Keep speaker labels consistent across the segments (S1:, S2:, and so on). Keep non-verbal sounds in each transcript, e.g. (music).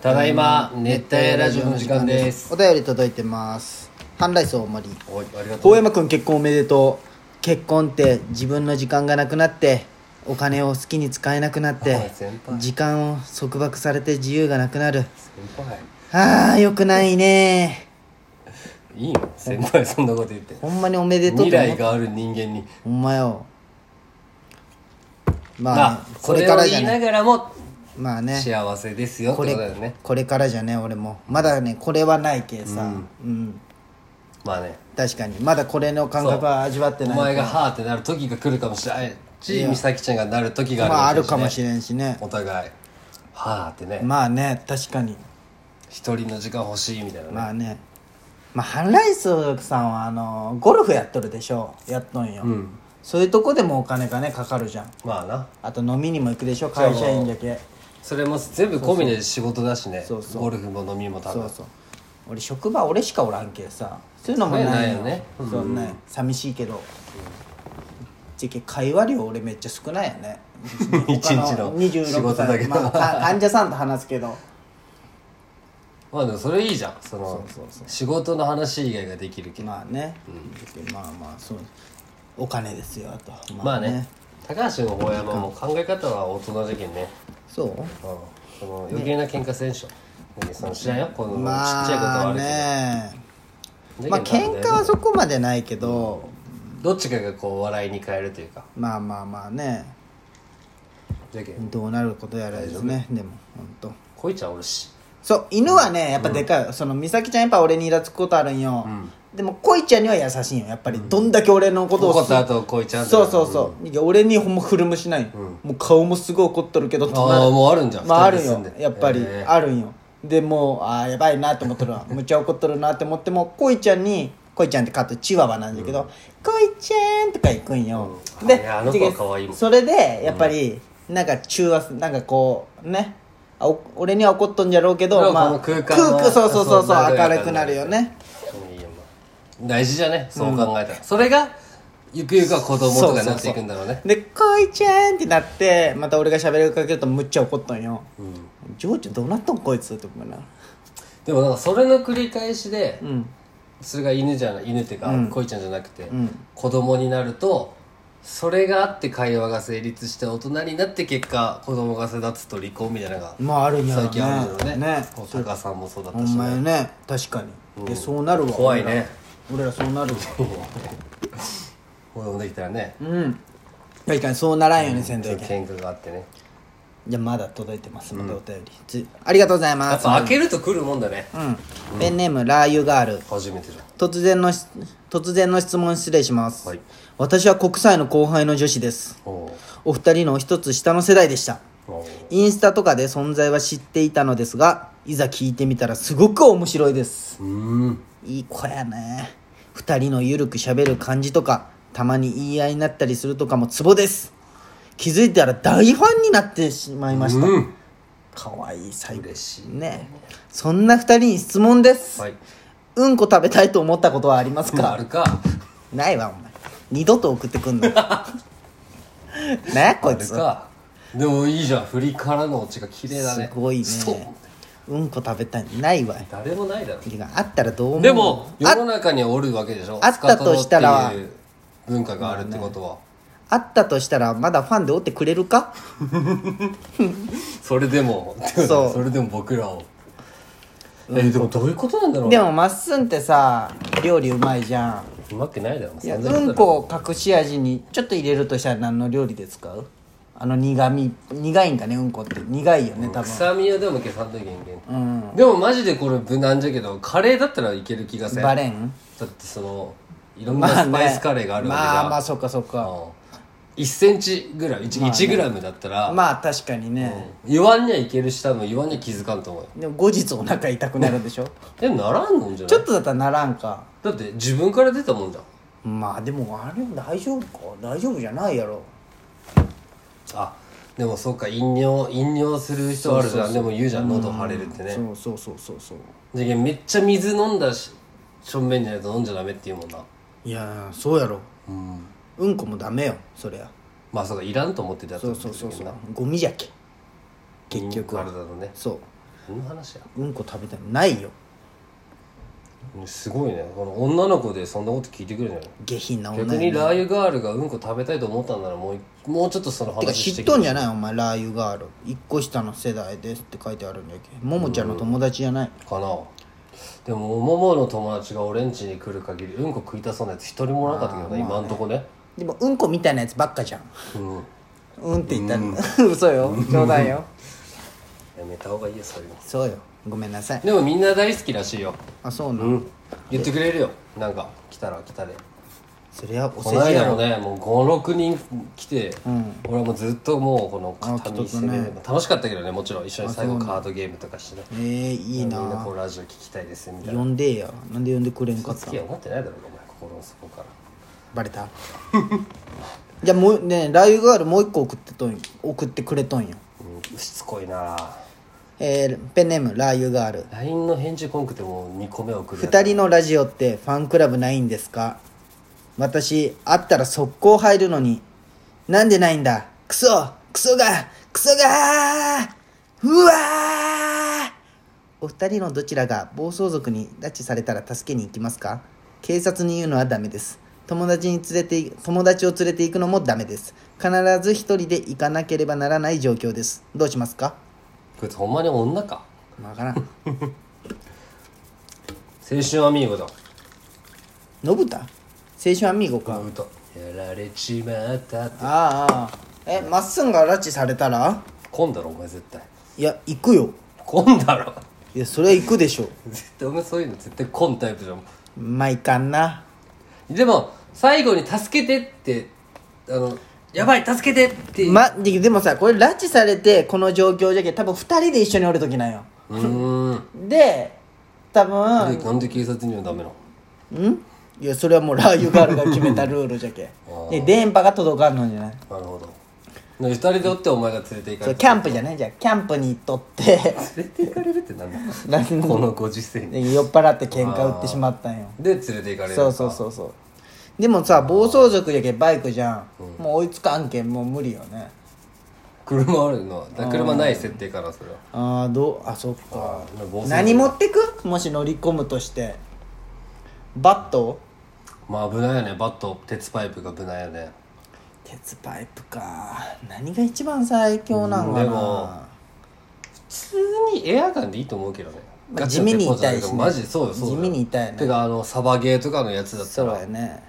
S1: ただいま熱帯ラジオの時間です
S2: お便り届いてます半ライス大盛り
S1: おいありがと
S3: 高
S1: う
S3: 山君結婚おめでと
S2: 結婚って自分の時間がなくなってお金を好きに使えなくな
S1: お
S2: っ
S1: い
S2: て
S1: 先輩
S2: 時間を束縛されて自由がなくなる
S1: 先輩
S2: あーよくないね
S1: いいの先輩そんなこと言って
S2: ほんまにおめでとう
S1: 未
S2: と思
S1: 来
S2: う
S1: がある人間に
S2: ほんまよまあ、ね
S1: まあそ
S2: これ
S1: れ
S2: か
S1: を
S2: らじゃ
S1: 言いな
S2: ね
S1: がらも
S2: まあね
S1: 幸せですよって
S2: こ
S1: こと
S2: れ
S1: だよね
S2: これからじゃね俺もまだねこれはないけさうん、
S1: まあね
S2: 確かにまだこれの感覚は味わって
S1: お
S2: ない
S1: 前がはーってなる時が来るかもしれないし美咲ちゃんがなる時が
S2: まあ
S1: あ
S2: あ
S1: る
S2: る
S1: わけだ
S2: か
S1: ね
S2: もしれんしね
S1: お互いはーってね
S2: まあね確かに
S1: 一人の時間欲しいみたいなね
S2: まあねまあハンライスさんはあのゴルフやっとるでしょやっとんよ、
S1: うん
S2: そういうとこでもお金がねかかるじゃん
S1: まあな
S2: あと飲みにも行くでしょ会社員じゃけ
S1: それも全部込みで仕事だしね
S2: そうそう
S1: ゴルフも飲みも多
S2: そう
S1: 分
S2: そう俺職場俺しかおらんけさそういうのもない
S1: そ
S2: よ
S1: うやないよね
S2: そうね寂しいけどじゃけ会話量俺めっちゃ少ないよ
S1: (laughs)
S2: ね
S1: 一日の
S2: 26歳
S1: 仕事だけど
S2: まあ、か患者さんと話すけど
S1: まあでもそれいいじゃんその仕事の話以外ができるけど
S2: まあね、まあまあそうお金ですよあと
S1: まあね高橋の大山も考え方は大人じゃけんね
S2: そう
S1: うんその余計な喧嘩せんでしょでその知らんよこのちっち
S2: ま
S1: ゃいことは
S2: あ
S1: あるけ
S2: ね
S1: ど
S2: まあ
S1: じゃけんな
S2: 喧
S1: ん
S2: 嘩
S1: で
S2: はそこまでないけど
S1: どっちかがこう笑いに変えるというか
S2: まあまあまあね
S1: じゃけん
S2: どうなることやらですねでも本当。
S1: こいちゃんおるし
S2: そう犬はねやっぱでかい、その美咲ちゃんやっぱ俺にイラつくことあるんよ、でも恋ちゃんには優しいんよやっぱりどんだけ俺のことを
S1: 怒った後こいちゃん
S2: そうそうそう、いや俺にほんま古むしない、もう顔もすごい怒っとるけど
S1: ああもうあるんじゃん
S2: まああ
S1: 二
S2: る
S1: 人で住ん
S2: よ
S1: で
S2: やっぱり
S1: へえ
S2: あるんよでもうああやばいなと思っとるわむっちゃ怒っとるなって思ってもこいちゃんにこいちゃんってカットチワワなんだけど「こいちゃん」とか行くんよ、
S1: うん
S2: で
S1: あいやあの子は可愛いもん
S2: それでやっぱりなんか中和すなんかこうねあお俺には怒っとんじゃろうけ
S1: で
S2: ど、
S1: も
S2: ま
S1: こ
S2: あ、
S1: の空間は
S2: 空そうそうそうそう
S1: そう
S2: 明るくなるよね
S1: いいよまあ大事じゃねそう考えたら、それがゆくゆくは子供とかになっていくんだろうね
S2: で「こいちゃん」ってなってまた俺が喋りかけるとむっちゃ怒っとんよ「ジョージどうなっとんこいつ」って思うな
S1: でもなんかそれの繰り返しで、
S2: うん
S1: それが犬じゃない犬っていうか、恋ちゃんじゃなくて、
S2: ん
S1: 子供になるとそれがあって会話が成立して大人になって結果子供が育つと離婚みたいなのが
S2: まああるんやろ
S1: 最近あるんだろうね
S2: ね
S1: こうタカさんもそうだっ
S2: お
S1: たし
S2: 前
S1: ね
S2: ね確かに、えそうなるわ
S1: 怖いね
S2: 俺ら俺らそうなるわ
S1: (laughs) 子供できたらね
S2: うん確かにそうならんよね仙
S1: ちょっ
S2: 台
S1: と
S2: 県
S1: 喧嘩があってね
S2: じゃあまだ届いてますまだお便り、つありがとうござい
S1: や
S2: ま
S1: っ
S2: す
S1: ぱ開けると来るもんだね
S2: うん、ペンネームラー油ガール
S1: 初めてじゃん
S2: 突然のし突然の質問失礼します、
S1: はい
S2: 私は国際の後輩の女子です
S1: おう
S2: お二人の一つ下の世代でした
S1: おう
S2: インスタとかで存在は知っていたのですがいざ聞いてみたらすごく面白いです
S1: うーん
S2: いい子やね二人のゆるく喋る感じとかたまに言い合いになったりするとかもツボです気づいたら大ファンになってしまいました、
S1: うん
S2: かわいい最後
S1: 嬉しい
S2: ねそんな二人に質問です、
S1: はい
S2: うんこ食べたいと思ったことはあります
S1: あ
S2: か
S1: るか
S2: ないわお前二度と送ってくん
S1: (laughs)
S2: のねこ
S1: あ
S2: い
S1: る
S2: つ
S1: かでもいいじゃん振りからのオチが綺麗だね
S2: すごいね
S1: ストン
S2: うんこ食べたいないわ
S1: 誰もないだろ
S2: てかあったらどう思う
S1: でも世
S2: あ
S1: の中にはおるわけでしょ
S2: あったとしたら
S1: スカトロっていう文化があるってことは、
S2: あったとしたらまだファンでおってくれるか
S1: それでも
S2: う
S1: それでも僕らを、えでもどういうことなんだろう
S2: でもまっすんってさ料理うまいじゃん
S1: うまくないだろ
S2: い
S1: そ
S2: や
S1: んなこと
S2: うんこを隠し味にちょっと入れるとしたら何の料理で使うあの苦み苦いんかねうんこって苦いよね多分
S1: 臭みをでも消さんといけんけん、でもマジでこれ無難じゃけどカレーだったらいける気がせん
S2: バ
S1: だ
S2: レン
S1: ってそのいろんなスパイスカレーがあるわけじゃん、
S2: まあまあそっかそっか
S1: 1センチぐらい 1,、1グラムだったら、
S2: まあ確かにね
S1: 言わんにはいけるし多分言わんには気づかんと思うよ
S2: でも後日お腹痛くなるでしょ
S1: えならんのんじゃ
S2: ち
S1: な
S2: ょ
S1: い
S2: っとだったらならんか
S1: だって自分から出たもんじゃん
S2: まあでもあれ大丈夫か大丈夫じゃないやろ
S1: あでもそうか飲尿飲尿する人あるじゃんでも言うじゃん喉腫れるってね
S2: そうそうそうそうそう
S1: じゃめっちゃ水飲んだししょんべんじゃないと飲んじゃダメっていうもんない
S2: やーそうやろ
S1: うん
S2: うんこもダメよそりゃ
S1: まあそうかいらんと思ってたやつ
S2: そうそうそうそうゴミじゃっけ結局
S1: あれだろね
S2: そう
S1: 何の話や
S2: うんこ食べたのないよ
S1: すごいねこの女の子でそんなこと聞いてくるじゃない
S2: 下品な女
S1: 逆
S2: や
S1: に
S2: ね
S1: ラー油ガールがうんこ食べたいと思ったんならもうもうちょっとその
S2: てか
S1: 話
S2: 知
S1: して
S2: っ
S1: きて
S2: とんじゃないお前ラー油ガール一個下の世代ですって書いてあるんだけどももちゃんの友達じゃない
S1: かなでもももの友達が俺ん家に来る限りうんこ食いたそうなやつ一人もおらなかったけどね今んとこね
S2: でもうんこみたいなやつばっかじゃん
S1: うん
S2: うんって言ったの (laughs) 嘘よ冗談よ
S1: やめた方がいいよそういうの
S2: そうよごめんなさい
S1: でもみんな大好きらしいよ
S2: あそうなの、
S1: うん言ってくれるよなんか来たら来たで
S2: そりゃお
S1: こ
S2: 世
S1: の
S2: 辞や
S1: 間
S2: ろ
S1: もねもう56人来て、
S2: ん
S1: 俺はもうずっともうこの肩身攻め
S2: あ
S1: る、楽しかったけどねもちろん一緒に最後カードゲームとかしてね
S2: えー、いい
S1: みんな
S2: な
S1: こうラジオ聞きたいですみたいな
S2: 呼んでやなんで呼んでくれんかっ
S1: 好
S2: た
S1: きは思ってないだろうお前心の底から
S2: バレた (laughs) じゃあもうねラー油ガールもう一個送ってとんよ送ってくれとんよ
S1: うんしつこいな
S2: えー、ペンネームラー油ガール
S1: LINE の返事こんくてもう2個目送るやつ
S2: 二人のラジオってファンクラブないんですか私あったら速攻入るのになんでないんだクソクソがクソがーうわーお二人のどちらが暴走族に拉致されたら助けに行きますか警察に言うのはダメです友達に連れて友達を連れて行くのもダメです必ず一人で行かなければならない状況ですどうしますか
S1: こいつほんまに女か
S2: わからん
S1: 青春アミーゴだ
S2: 信太青春アミーゴか、
S1: 歌やられちまったって
S2: ああえまっすんが拉致されたら
S1: 来んだろお前絶対
S2: いや行くよ
S1: 来んだろ
S2: いやそれは行くでしょ
S1: 絶 (laughs) 対お前そういうの絶対来んタイプじゃん
S2: まあ行かんな
S1: でも最後に「助けて」ってあの「やばい助けて」って、
S2: まででもさこれ拉致されてこの状況じゃけ多分2人で一緒におる時なんよ
S1: うーん
S2: で多分
S1: でなんで警察にはダメなの
S2: んいやそれはもうラー油ガールが決めたルールじゃけで電波が届かんのじゃない
S1: なるほど2人でおってお前が連れて行か
S2: そ
S1: れ
S2: う
S1: て
S2: キャンプじゃないじゃんキャンプに行っとって
S1: 連れて行かれるってなんだ
S2: なんで
S1: このご時世に
S2: 酔っ払って喧嘩売ってしまったんよ
S1: で連れて行かれる
S2: そうそうそうそうでもさ暴走族じゃけバイクじゃん、もう追いつかんけんもう無理よね
S1: 車あるのはだ車ない設定からそれは
S2: ああどうあそっか
S1: あー暴走
S2: 何持ってくもし乗り込むとしてバット
S1: まあ危ないよねバット鉄パイプが危ないよね
S2: 鉄パイプか何が一番最強なんか
S1: うんで
S2: な、
S1: も普通にエアガンでいいと思うけどね
S2: まあ
S1: ガチの鉄砲じゃな
S2: 地味に痛い
S1: けど
S2: しね
S1: マジそうよそうよ
S2: 地味に痛いね
S1: てかあのサバゲーとかのやつだった
S2: そう
S1: ら
S2: やね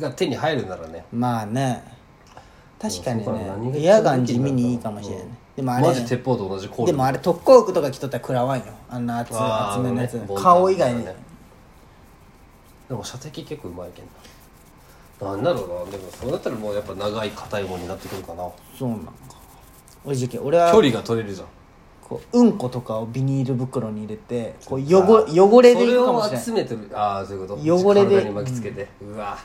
S1: が手に入るならね
S2: まあね確かに
S1: そうか何が
S2: ね
S1: 一番
S2: エアガン地味にいいかもしれない、でもあ
S1: マジ
S2: れ
S1: 鉄砲と同じ効
S2: で
S1: 力
S2: もあれ特攻服とか着とったら食らわんよあんな厚
S1: あー
S2: 厚めのやつ、
S1: あのね
S2: 顔以外に、
S1: ボンタンみたいなねでも射的結構うまいけんななんだろうなでもそうなったらもうやっぱ長い硬いものになってくるかな
S2: そうなんかおいじけ俺は
S1: 距離が取れるじゃん
S2: こううんことかをビニール袋に入れてこう汚汚れでいくかもし
S1: それを
S2: れない
S1: 集めてるああそういうこと
S2: 汚れで
S1: 体に巻きつけて、うわ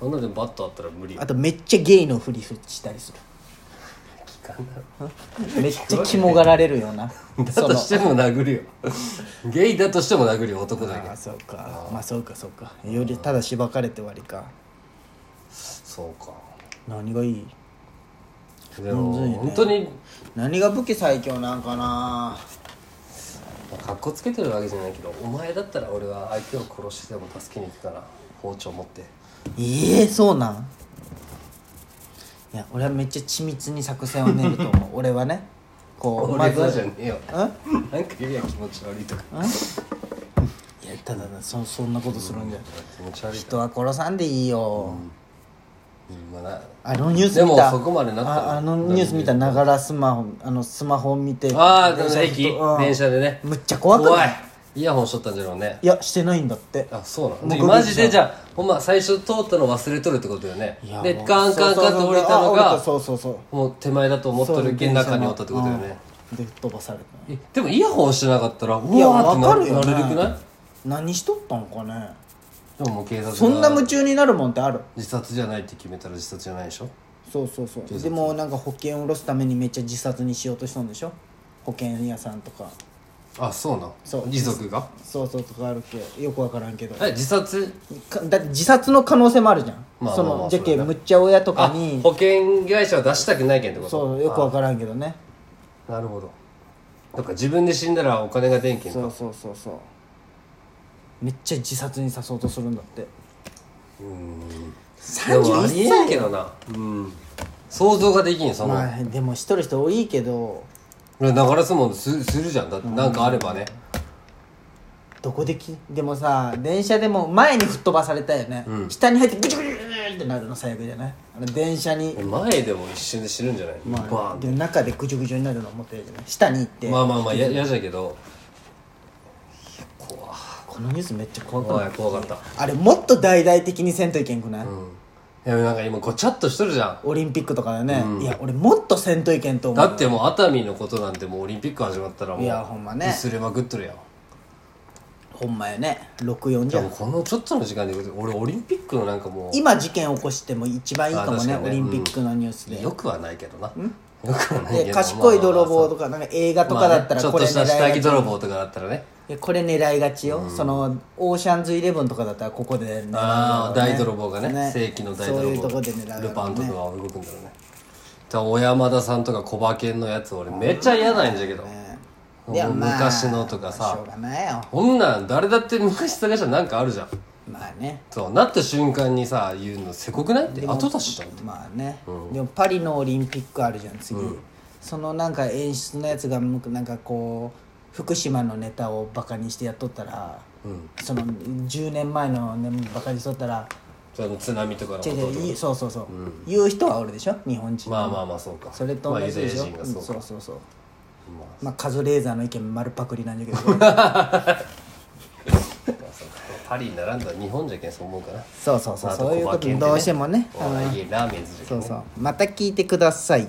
S1: そんなでもバットあったら無理よ
S2: あとめっちゃゲイのふりしたりする
S1: 聞かんだろ
S2: (laughs) めっちゃ肝がられるような
S1: だとしても殴るよゲイだとしても殴るよ男だけ
S2: ああそうかまあそうかそうかよりただしばかれて終わりか
S1: そうか
S2: 何がいい
S1: でも、本当に
S2: 何が武器最強なんかな
S1: かっこつけてるわけじゃないけどお前だったら俺は相手を殺してでも助けに行くから包丁持って
S2: ええそうなんいや俺はめっちゃ緻密に作戦を練ると
S1: (laughs)
S2: 思う俺はねこうま
S1: 俺
S2: ず
S1: はじゃねえよ
S2: ん
S1: なんか言えや気持ち悪いとか
S2: いやただなそそんなことするんじゃ
S1: 気持ち悪いとか
S2: 人は殺さんでいいよ、
S1: うんまあな
S2: あのニュース見
S1: でも
S2: た
S1: そこまでなった
S2: ああのニュース見たながらスマホあのスマホ見て
S1: ああ
S2: 電車
S1: 駅
S2: うん
S1: 電車でね
S2: むっちゃ怖くない
S1: 怖いイヤホンしとったんじゃろうね
S2: いやしてないんだって
S1: あそうなの
S2: 目撃
S1: で
S2: 者
S1: マジでじゃあほんま最初通ったの忘れとるってことよね
S2: いや
S1: で
S2: もう
S1: カンカンカンって降りたのが
S2: そうそうそう
S1: もう手前だと思っ
S2: そう
S1: と
S2: そうそう
S1: るけん中におったってことよ
S2: 電
S1: ね
S2: 車のうんで飛ばされた
S1: えでもイヤホンしてなかったらうわ
S2: いや
S1: ー
S2: わかるよ、
S1: って
S2: ね、
S1: ななれるくない
S2: 何しとったんかね
S1: でももう警察が
S2: そんな夢中になるもんってある
S1: 自殺じゃないって決めたら自殺じゃないでしょ
S2: そうそうそうでもなんか保険を下ろすためにめっちゃ自殺にしようとしたんでしょ保険屋さんとか
S1: あそうな
S2: そう
S1: 遺族が
S2: そうそうとかあるけよくわからんけど
S1: え自殺
S2: かだって自殺の可能性もあるじゃん、
S1: まあ
S2: そ
S1: まあま
S2: の
S1: あ
S2: じゃけ
S1: それは
S2: むっちゃ親と
S1: あ
S2: かに
S1: 保険会社は出したくないけんってこと
S2: そうよくわからんけどね
S1: なるほどなんか自分で死んだらお金が出んけんか
S2: そうそうそうそうめっちゃ自殺にさそうとするんだって
S1: で
S2: 31
S1: もありえん
S2: 歳
S1: けどなうん想像ができんその、
S2: まあでも一人人多いけど
S1: 流れ相撲すするじゃんだってなんかあればね
S2: どこできでもさ電車でも前に吹っ飛ばされたよね、
S1: うん
S2: 下に入ってグチグチグチグチってなるの最悪じゃないあの電車に、
S1: 前でも一瞬で死ぬんじゃない、
S2: ま
S1: バー
S2: あ、
S1: ン
S2: で中でぐちゅぐちゅになるの思ってるじゃない下に行って、
S1: まあまあまあや嫌じゃけどいや怖
S2: このニュースめっちゃ怖く
S1: 怖
S2: ない
S1: い怖かった
S2: あれもっと大々的にせんといけんくない、
S1: うんいやなんか今ごちゃっとしとるじゃ
S2: オリンピックとかでね、いや俺もっとせんといけんと
S1: ん
S2: 思
S1: だっ
S2: う
S1: てもう熱海のことなんてもうオリンピック始まったらもう
S2: い
S1: い
S2: やほんまね
S1: すれまくっとるやん
S2: ほんまやね64じ
S1: で
S2: ゃ
S1: も
S2: ん
S1: このちょっとの時間で俺オリンピックのなんかも
S2: 今事件起こしても一番いいか
S1: あ
S2: もね
S1: 確かにね
S2: オリンピックのニュースで、
S1: うよくはないけどなよくはないけ
S2: で
S1: ど
S2: 賢い泥棒
S1: と
S2: とかなんか映画とかだったら
S1: ちょっ
S2: これ
S1: とした下
S2: 狙
S1: 着
S2: いが
S1: 泥棒とかだったらね
S2: いやこれ狙いがちよ、そのオーシャンズイレブンとかだったらここで狙うだろうね
S1: ああ大泥棒がね正規の大泥棒
S2: そういうとこで狙うだろうね
S1: ルパンとかが動くんだろうねじゃあ小山田さんとか小馬犬のやつ俺めっちゃ嫌なんじゃけど、
S2: うんでもまあ
S1: 昔のとか
S2: しょ
S1: さ
S2: うがないよ
S1: こんなん誰だって昔探したらなんかあるじゃん
S2: まあね
S1: そうなった瞬間にさ言うのせこくないって後出しじゃん
S2: まあね、でもパリのオリンピックあるじゃん次、そのなんか演出のやつがむなんかこう福島のネタをバカにしてやっとったら、その10年前の、ね、バカにしとったら
S1: その津波とかのこ
S2: 違う
S1: と
S2: 違ういいそうそうそう、言う人はおるでしょ日本人
S1: まあまあまあそうか
S2: それと
S1: まあ
S2: 同
S1: ユ
S2: じ
S1: ダヤ
S2: でしょ、
S1: 人が
S2: うん
S1: そ
S2: そうう
S1: か、
S2: そうそう
S1: ま
S2: まあカズレーザーの意見丸パクリ (laughs) なんだけど
S1: あそうかパリに並んだら日本じゃけんそう思うかな
S2: そうそうそう
S1: まあ
S2: そういうことにどうしてもね
S1: あと小馬犬ってねお笑い芸ラーメンズじゃけ
S2: そ
S1: ん
S2: う
S1: ね
S2: そうまた聞いてください